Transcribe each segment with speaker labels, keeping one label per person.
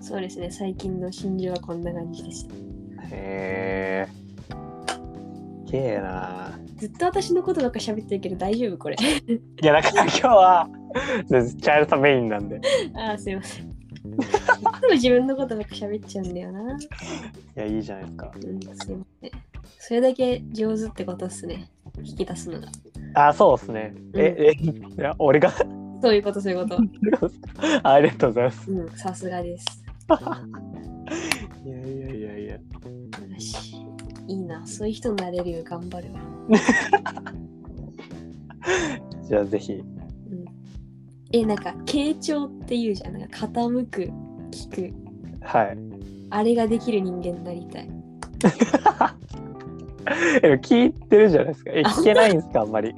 Speaker 1: そうですね、最近の真珠はこんな感じでした。
Speaker 2: へえ。けえな。
Speaker 1: ずっと私のことばっか喋ってるけど大丈夫これ。
Speaker 2: いや、だから今日は、チャイルドメインなんで。い
Speaker 1: ああ、すいません。いつも自分のことばっか喋っちゃうんだよな。
Speaker 2: や、いいじゃないですか。
Speaker 1: うん、すいません。それだけ上手ってことっすね。引き出すのが。
Speaker 2: あ、そうですね。え、え、いや俺が
Speaker 1: そういうこと、そういうこと。
Speaker 2: あありがとうございます。
Speaker 1: うん、さすがです。
Speaker 2: いやいやいやいや。
Speaker 1: よしいいな、そういう人になれるよ、頑張るわ。
Speaker 2: じゃあぜひ。
Speaker 1: え、なんか、傾聴っていうじゃん。なんか傾く、聞く。
Speaker 2: はい。
Speaker 1: あれができる人間になりたい。
Speaker 2: え、でも聞いてるじゃないですか。え、聞けないんですか、あんまり。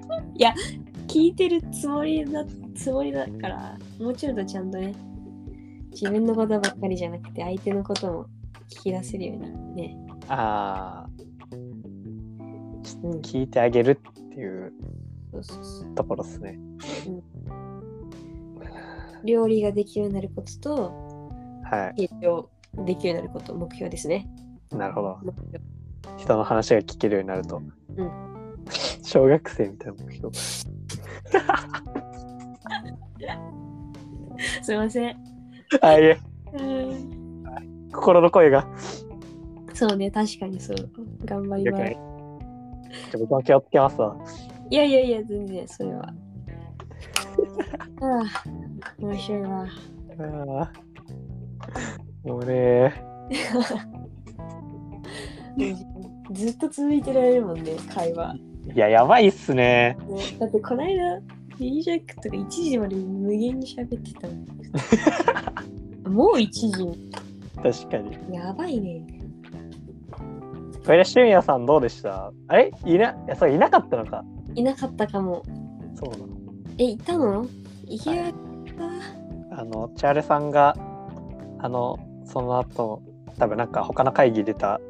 Speaker 1: 聞いてるつもりだつもりだからもうちょっとちゃんとね自分のことばっかりじゃなくて相手のことも聞き出せるようにね、
Speaker 2: ああ、
Speaker 1: うん、
Speaker 2: 聞いてあげるっていう
Speaker 1: そうそうそう
Speaker 2: ところですね。
Speaker 1: 料理ができるようになることと
Speaker 2: は
Speaker 1: 提供できるようになること目標ですね
Speaker 2: い。なるほど。
Speaker 1: 目標
Speaker 2: 人の話が聞けるようになると、
Speaker 1: う
Speaker 2: 小学生みたいな目標
Speaker 1: すいません
Speaker 2: あいえ
Speaker 1: うん
Speaker 2: 心の声が
Speaker 1: そうね確かにそう頑張り
Speaker 2: よく
Speaker 1: ま
Speaker 2: な
Speaker 1: す
Speaker 2: いじゃあ僕も気をつけますわ
Speaker 1: いやいやいや全然それ はああ面白いわ
Speaker 2: あーもうね
Speaker 1: ずっと続いてられるもんね会話
Speaker 2: いややばいっすね
Speaker 1: だってこの間 d ジャックとか1時まで無限に喋ってたも んもう1時
Speaker 2: 確かに
Speaker 1: やばいね
Speaker 2: これ俊也さんどうでしたあれいないやそういなかったのか
Speaker 1: いなかったかも
Speaker 2: そうなの
Speaker 1: えいたのいや
Speaker 2: あのチャールさんがあのその後多分なんか他の会議出た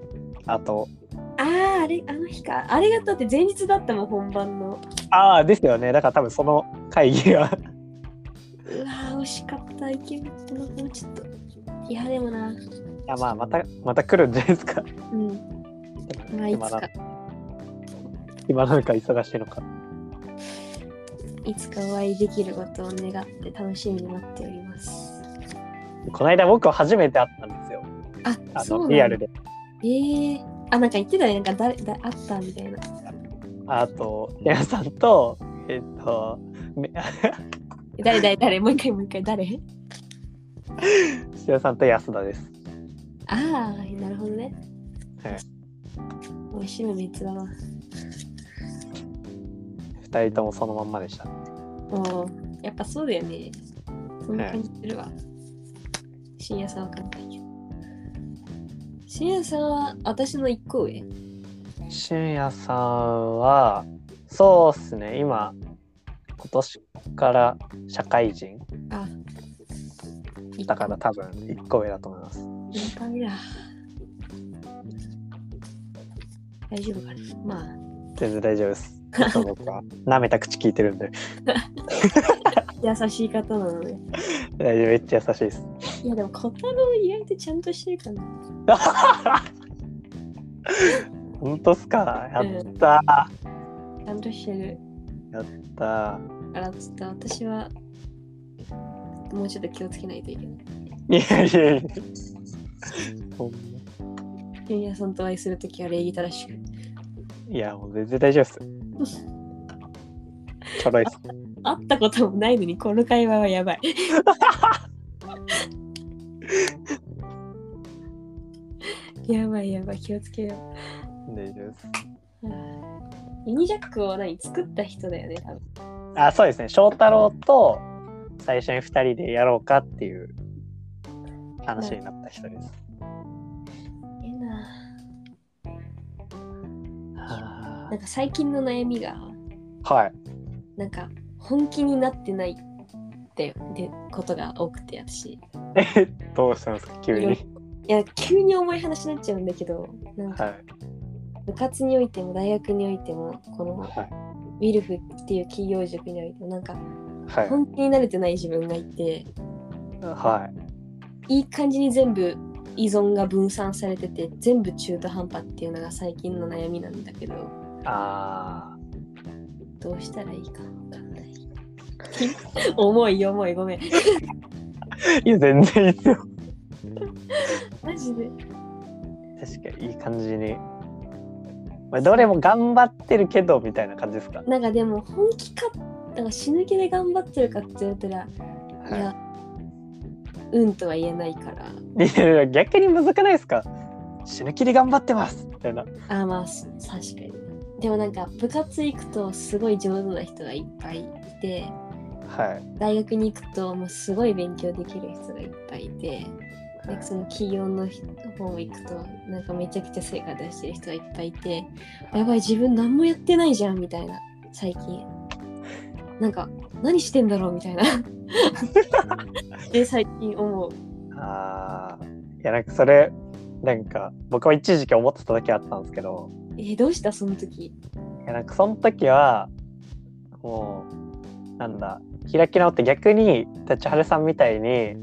Speaker 2: 後
Speaker 1: あーあれあの日かあれがだって前日だったもん本番の
Speaker 2: ああですよねだから多分その会議
Speaker 1: う
Speaker 2: が
Speaker 1: わー惜しかったいけなかったなもうちょっといやでもない
Speaker 2: やまあまたまた来るんじゃないですか
Speaker 1: うんまあいつか
Speaker 2: 今なんか忙しいのか。
Speaker 1: いつかお会いできることを願って楽しみに待っております
Speaker 2: この間僕は初めて会ったんですよ。
Speaker 1: あ
Speaker 2: あ
Speaker 1: そうな
Speaker 2: の
Speaker 1: ん
Speaker 2: リ
Speaker 1: だ
Speaker 2: アルで。
Speaker 1: えー、あなんか言ってたねなんか誰だあったみたいな
Speaker 2: あと、テラさんと、えっと、め
Speaker 1: 誰誰誰もう一回もう一回誰
Speaker 2: テラさんと安田です。
Speaker 1: ああなるほどね
Speaker 2: はい。
Speaker 1: 美味しいの3つだな
Speaker 2: 二人ともそのまんまでした。
Speaker 1: もうやっぱそうだよねそんな感じするわ、深夜さんわかんないけど深夜さんは私の一個上
Speaker 2: 俊也さんは、そうっすね、今、今年から社会人
Speaker 1: あ
Speaker 2: だから多分1個上だと思います。
Speaker 1: いっぱいだ大丈夫かなまあ
Speaker 2: 全然大丈夫です。ちょっと僕 は舐めた口聞いてるんで、
Speaker 1: 優しい方なので
Speaker 2: 大丈夫、めっちゃ優しいです。
Speaker 1: いやでも小太郎意外とちゃんとしてるかな
Speaker 2: 本当っすかや
Speaker 1: うん
Speaker 2: ったーや
Speaker 1: ちゃんとしてる
Speaker 2: ったー
Speaker 1: からちょっと私はもうちょっと気をつけないといけない。
Speaker 2: いやいやいや。そんな
Speaker 1: ジュニアさんとお会いするときは礼儀正しく。
Speaker 2: いや、もう全然大丈夫っ す。ちょろいっす。
Speaker 1: 会ったこともないのにこの会話はや ばい。やばいやばい気をつけよ
Speaker 2: 大丈夫っす。
Speaker 1: う。ユニジャックを何作った人だよね多分。
Speaker 2: あ、そうですね。翔太郎と最初に二人でやろうかっていう話になった人です。
Speaker 1: ええな
Speaker 2: は
Speaker 1: なんか最近の悩みが
Speaker 2: あはい。
Speaker 1: なんか本気になってないってでことが多くて私。
Speaker 2: え、どうしたんですか、急に。
Speaker 1: いや急に重い話になっちゃうんだけどなんか
Speaker 2: はい。
Speaker 1: 部活においても大学においてもこの
Speaker 2: はい。
Speaker 1: ウィルフっていう企業塾においてもなんか
Speaker 2: はい。
Speaker 1: 本気になれてない自分がいて
Speaker 2: は
Speaker 1: いい感じに全部依存が分散されてて全部中途半端っていうのが最近の悩みなんだけど
Speaker 2: あ
Speaker 1: どうしたらいいかわかんない 重い重いごめん
Speaker 2: ーいや全然いいですよ
Speaker 1: マジで
Speaker 2: 確かにいい感じに、まあ、どれも頑張ってるけどみたいな感じですか、
Speaker 1: なんかでも本気かなんか死ぬ気で頑張ってるかって言われたらいや、うんとは言えないから。
Speaker 2: いやいや逆に難くないですか死ぬ気で頑張ってますみたいな
Speaker 1: あ、まあ、す確かに。でもなんか部活行くとすごい上手な人がいっぱいいて、
Speaker 2: はい
Speaker 1: 大学に行くともうすごい勉強できる人がいっぱいいて、なんかその企業の人方行くとなんかめちゃくちゃ成果出してる人がいっぱいいて、やばい自分何もやってないじゃんみたいな、最近。なんか何してんだろうみたいな。で、最近思う。
Speaker 2: あーいやなんかそれなんか僕も一時期思ってた時あったんですけど
Speaker 1: えどうしたその時。
Speaker 2: いやなんかその時はもうなんだ開き直って逆に立春さんみたいに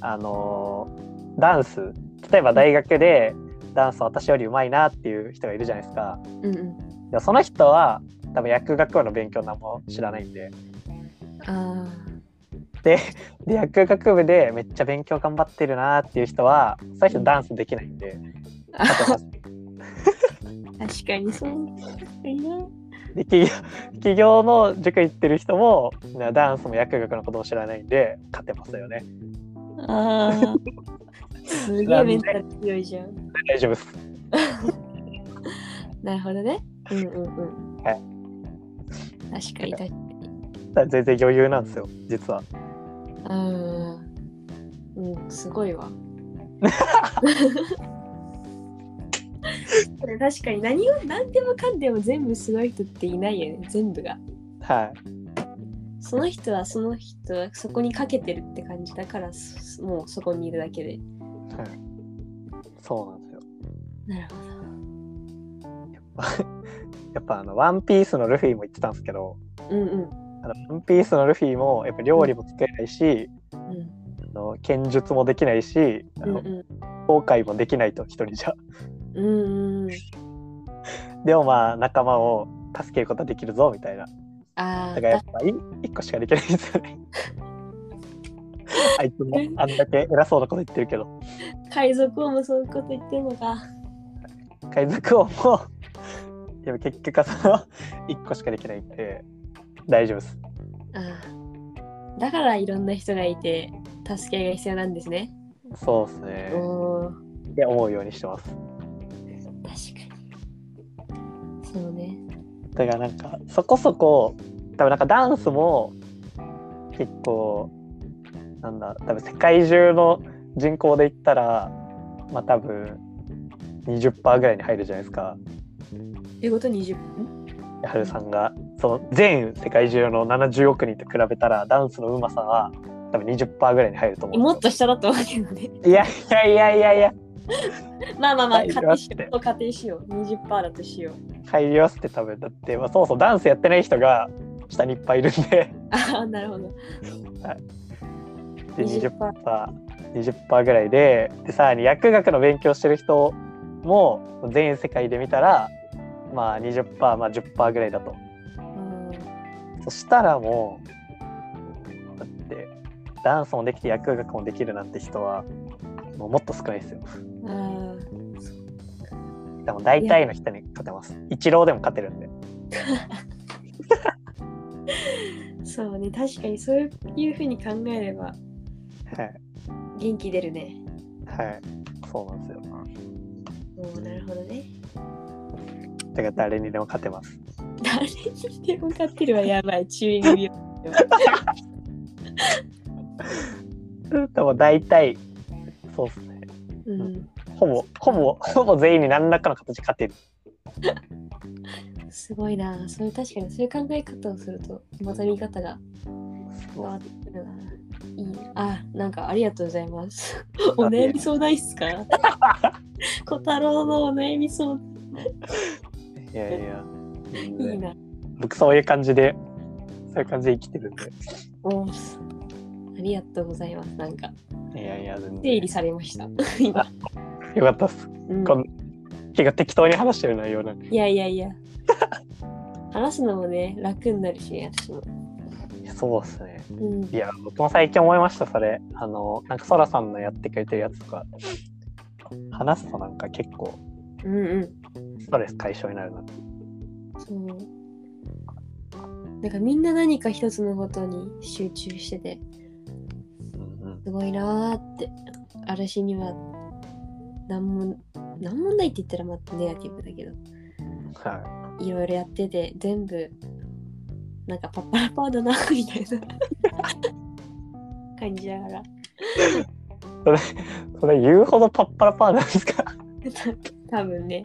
Speaker 2: あのーダンス例えば大学でダンス私より上手いなっていう人がいるじゃないですか
Speaker 1: うんうん。
Speaker 2: いやその人は多分薬学部の勉強なんも知らないんで
Speaker 1: あ
Speaker 2: で薬学部でめっちゃ勉強頑張ってるなっていう人はその人ダンスできないんで
Speaker 1: あ。
Speaker 2: あとまあ
Speaker 1: 確かにそう。確かにな。
Speaker 2: で企業企業の塾行ってる人もなダンスも薬学のことも知らないんで勝てますよね
Speaker 1: ああ。すげえメンタル強いじゃん。
Speaker 2: 大丈夫です
Speaker 1: なるほどね。うんうんうん。。
Speaker 2: はい
Speaker 1: 確かに確か
Speaker 2: だから全然余裕なんですよ実は
Speaker 1: に。あーうん、すごいわ。これ確かに何を何でもかんでも全部すごい人っていないよね、全部が。
Speaker 2: は
Speaker 1: その人はその人はそこにかけてるって感じだから、そもうそこにいるだけで。
Speaker 2: い、はい、そうなんですよ
Speaker 1: なるほど。
Speaker 2: やっぱあの「ワンピースのルフィも言ってたんですけど
Speaker 1: うんうん。
Speaker 2: 「あのワンピースのルフィもやっぱ料理も作れないし、
Speaker 1: うん
Speaker 2: あの剣術もできないしあ
Speaker 1: うん
Speaker 2: の
Speaker 1: うん
Speaker 2: 後悔もできないと一人じゃ
Speaker 1: うんうん、
Speaker 2: でもまあ仲間を助けることはできるぞみたいな
Speaker 1: あ
Speaker 2: だ
Speaker 1: あ
Speaker 2: からやっぱい一個しかできないですよねあいつもあんだけ偉そうなこと言ってるけど
Speaker 1: 海賊王もそういうこと言ってるのか
Speaker 2: 海賊王もでも結局はその一個しかできないんで大丈夫です
Speaker 1: あーだからいろんな人がいて助け合いが必要なんですね
Speaker 2: そうですね
Speaker 1: おー
Speaker 2: って思うようにしてます
Speaker 1: 確かにそうね
Speaker 2: だからなんかそこそこ多分なんかダンスも結構なんだ多分世界中の人口で言ったらまあ多分20%ぐらいに入るじゃないですか
Speaker 1: いうこと20分
Speaker 2: やはるさんがその全世界中の70億人と比べたらダンスのうまさは多分20%ぐらいに入ると思
Speaker 1: も
Speaker 2: う
Speaker 1: っと下だと思うけどね
Speaker 2: いやいやいやいやいや
Speaker 1: まあまあまあ
Speaker 2: はい
Speaker 1: 仮定しよう仮定しよう20%だとしよう
Speaker 2: 入りよって多分だって、まあ、そもそもダンスやってない人が下にいっぱいいるんで
Speaker 1: ああなるほど
Speaker 2: で20%
Speaker 1: 20%
Speaker 2: 20%ぐらいででさらに薬学の勉強してる人も全世界で見たらまあ 20%10%、まあ、10%ぐらいだと
Speaker 1: うん
Speaker 2: そしたらもうだってダンスもできて薬学もできるなんて人はもうもっと少ないですよ
Speaker 1: あ
Speaker 2: でも大体の人に勝てます一郎でも勝てるんで
Speaker 1: ーそうね確かにそういうふうに考えれば
Speaker 2: はい
Speaker 1: 元気出るね
Speaker 2: はいそうなんですよ
Speaker 1: おーなるほどね
Speaker 2: だから誰にでも勝てます
Speaker 1: 誰にでも勝ってるはやばい、注意組よ。
Speaker 2: でも大体そうっすね
Speaker 1: うん、
Speaker 2: ほぼほぼほぼ全員に何らかの形で勝てる
Speaker 1: すごいな。そういう確かにそういう考え方をすると、また見方が変
Speaker 2: そう
Speaker 1: わってくるな。いいあ、なんかありがとうございます。 お悩み相談室か 小太郎のお悩み相談
Speaker 2: いやいや。
Speaker 1: いいな。
Speaker 2: 僕そういう感じで、そういう感じで生きてるんで。
Speaker 1: おーありがとうございます。なんか、
Speaker 2: いいやいや、全然。
Speaker 1: 整
Speaker 2: よ
Speaker 1: 理されました。今。
Speaker 2: かったっす。
Speaker 1: うん
Speaker 2: こん結構適当に話してる内容なんで。
Speaker 1: いやいやいや。話すのもね、楽になるし、私も。
Speaker 2: そうっすね。
Speaker 1: うん。
Speaker 2: いや、僕も最近思いました、それ。あの、なんか、そらさんのやってくれてるやつとか、話すとなんか結構、
Speaker 1: うんうん。
Speaker 2: ストレス解消になるなって。
Speaker 1: そう。なんかみんな何か一つのことに集中してて、
Speaker 2: うん
Speaker 1: すごいなーって。嵐には、なんも、なんもないって言ったらまたネガティブだけど、
Speaker 2: うん。はい
Speaker 1: ろいろやってて、全部、なんかパッパラパーだな、みたいな感じながら。
Speaker 2: い。それ言うほどパッパラパーなんですか
Speaker 1: 多分ね、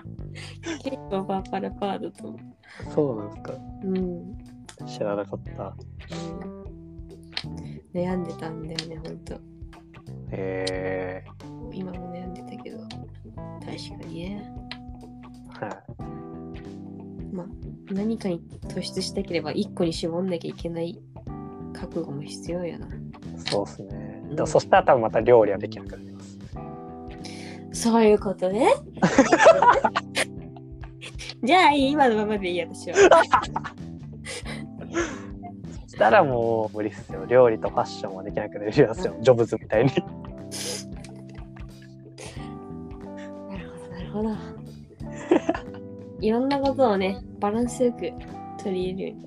Speaker 1: 結構パッパラパーだと思
Speaker 2: そうなんですか。
Speaker 1: う。うん。
Speaker 2: 知らなかった。
Speaker 1: 悩んでたんだよね、ほんと。
Speaker 2: え
Speaker 1: 今も悩んでたけど。確かにね。
Speaker 2: ー。はい。
Speaker 1: 何かに突出したければ、一個に絞んなきゃいけない覚悟も必要やな。
Speaker 2: そうですね。
Speaker 1: うん
Speaker 2: でもそしたら多分また料理はできなくなります。
Speaker 1: そういうことね。 じゃあ、今のままでいいや、私は。
Speaker 2: そしたらもう無理っすよ。料理とファッションはできなくなりますよ。ジョブズみたいに。
Speaker 1: なるほど、なるほど。いろんなことをね、バランスよく取り入れるよ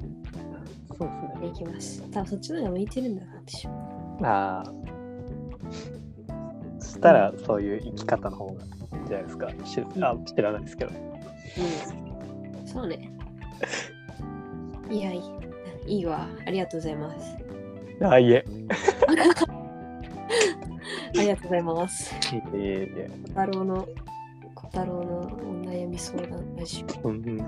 Speaker 2: そう
Speaker 1: うにできます。多分そっちの方が向いてるんだな、私は。
Speaker 2: ああ。 そしたらそういう生き方の方がいいんじゃないですか。知あ知らないですけど。
Speaker 1: うん。そうね。いや、いい。いいわ。ありがとうございます。
Speaker 2: ああ、いえ。
Speaker 1: ありがとうございます。
Speaker 2: いえいえいえ。
Speaker 1: 小太郎の、小太郎のお悩み相談ラジオ。
Speaker 2: うんうん。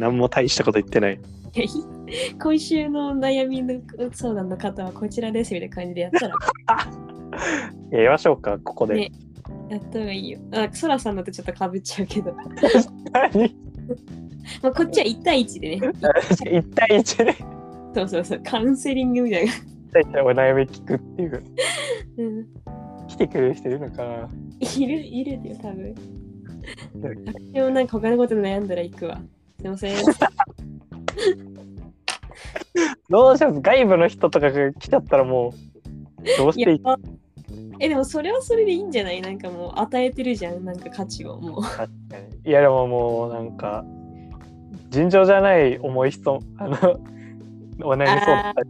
Speaker 2: 何も大したこと言ってない。
Speaker 1: いやいい 今週のお悩みの相談の方はこちらですみたいな感じでやったら、
Speaker 2: やりましょうか、ここで。
Speaker 1: ねやった方がいいよ。あ、そらさんだとちょっとかぶっちゃうけど、
Speaker 2: 何
Speaker 1: まあ、こっちは1対1でね、
Speaker 2: 一対一で
Speaker 1: そうそうそう、カウンセリングみたいな。
Speaker 2: 大体お悩み聞くっていう。
Speaker 1: うん、
Speaker 2: 来てくれる人いるのかない
Speaker 1: る、いるよ、多分。でもなんか他のこと悩んだら行くわ。すいま せん。
Speaker 2: どうします外部の人とかが来ちゃったらもう、どうしていい
Speaker 1: いやえでもそれはそれでいいんじゃないなんかもう与えてるじゃんなんか価値をもう
Speaker 2: 確かにいやでももうなんか尋常じゃない重い人あのお悩みそうだ
Speaker 1: あ
Speaker 2: った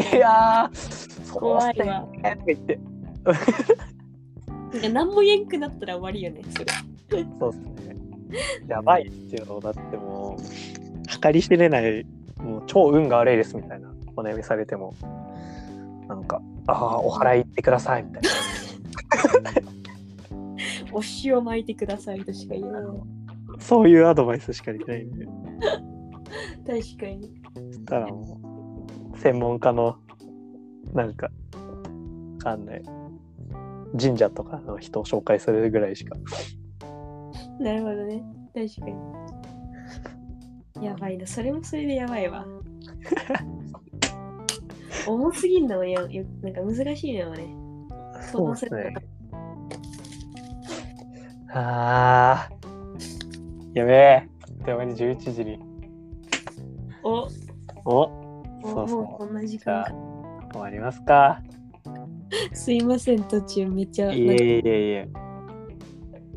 Speaker 1: ー
Speaker 2: りいやーそう
Speaker 1: 怖
Speaker 2: っ
Speaker 1: い
Speaker 2: すね
Speaker 1: わ
Speaker 2: とか言って
Speaker 1: なんか何も言えんくなったら終わりよねそれ
Speaker 2: そうっすねやばいっていうのだってもう計り知れないもう超運が悪いですみたいなお悩みされてもなんかああお払い行ってくださいみたいな
Speaker 1: お塩巻いてくださいとしか言えない
Speaker 2: そういうアドバイスしかできないんで
Speaker 1: 確かに
Speaker 2: そしたらもう専門家のなんかわかんない神社とかの人を紹介するぐらいしか
Speaker 1: なるほどね確かにやばいなそれもそれでやばい わ重すぎんだもんやよなんか難しいのはね
Speaker 2: そうっすね
Speaker 1: 相談る
Speaker 2: あーやべえあっという間に11時に
Speaker 1: 方お
Speaker 2: お
Speaker 1: お
Speaker 2: そうそう
Speaker 1: もうこんな時
Speaker 2: じ
Speaker 1: 間
Speaker 2: ゃあ
Speaker 1: か
Speaker 2: 終わりますか
Speaker 1: すいません途中めっちゃ
Speaker 2: いえいえいえ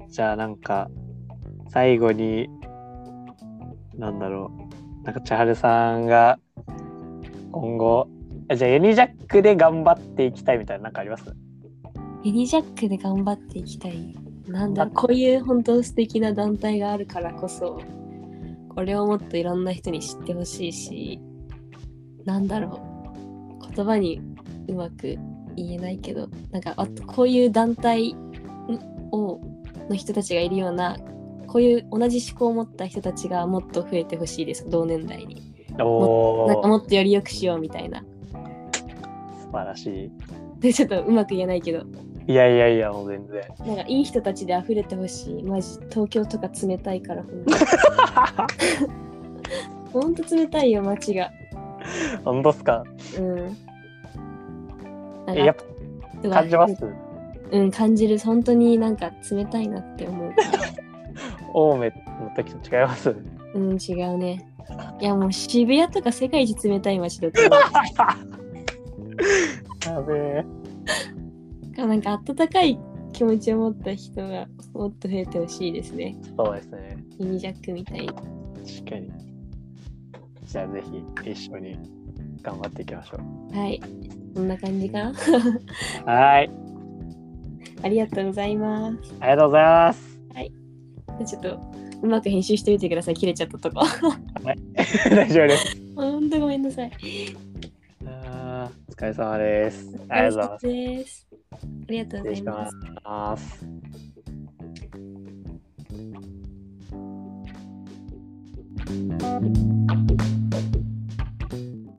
Speaker 2: じゃあなんか最後になんだろうなんか千春さんが今後あじゃあユニジャックで頑張っていきたいみたいななんかあります
Speaker 1: ユニジャックで頑張っていきたい。なんだろうこういう本当素敵な団体があるからこそこれをもっといろんな人に知ってほしいしなんだろう言葉にうまく言えないけどなんかあとこういう団体をの人たちがいるようなこういう同じ思考を持った人たちがもっと増えてほしいです同年代に
Speaker 2: お
Speaker 1: なんかも
Speaker 2: お
Speaker 1: っとより良くしようみたいな
Speaker 2: 素晴らし
Speaker 1: でちょっとうまく言えないけど
Speaker 2: いいやいやいやもう全然
Speaker 1: なんかいい人たちで溢れてほしい。マジ東京とか冷たいからほ んと。ほんと冷たいよ街が。
Speaker 2: 本当っすか
Speaker 1: うん。なんか
Speaker 2: えやっぱ
Speaker 1: うわ
Speaker 2: 感じます
Speaker 1: うん、感じる。本当になんか冷たいなって思う から。
Speaker 2: 青梅の時と違います
Speaker 1: うん、違うね。いや、もう渋谷とか世界一冷たい街だと思 う。
Speaker 2: やべえ
Speaker 1: なんか温かい気持ちを持った人がもっと増えてほしいですね。
Speaker 2: そうですね
Speaker 1: ミニジャックみたいに。
Speaker 2: 確かにじゃあぜひ一緒に頑張っていきましょう
Speaker 1: はい。こんな感じかな。
Speaker 2: はい
Speaker 1: ありがとうございます。
Speaker 2: ありがとうございます
Speaker 1: ちょっとうまく編集してみてください。切れちゃったとこ。
Speaker 2: 大丈夫です
Speaker 1: ほんとごめんなさい。
Speaker 2: あーお疲れ様ですありが
Speaker 1: お
Speaker 2: とうございます
Speaker 1: 疲れ様です。ありがとうご
Speaker 2: 失
Speaker 1: ざ
Speaker 2: 礼
Speaker 1: い
Speaker 2: し
Speaker 1: ます。
Speaker 2: ます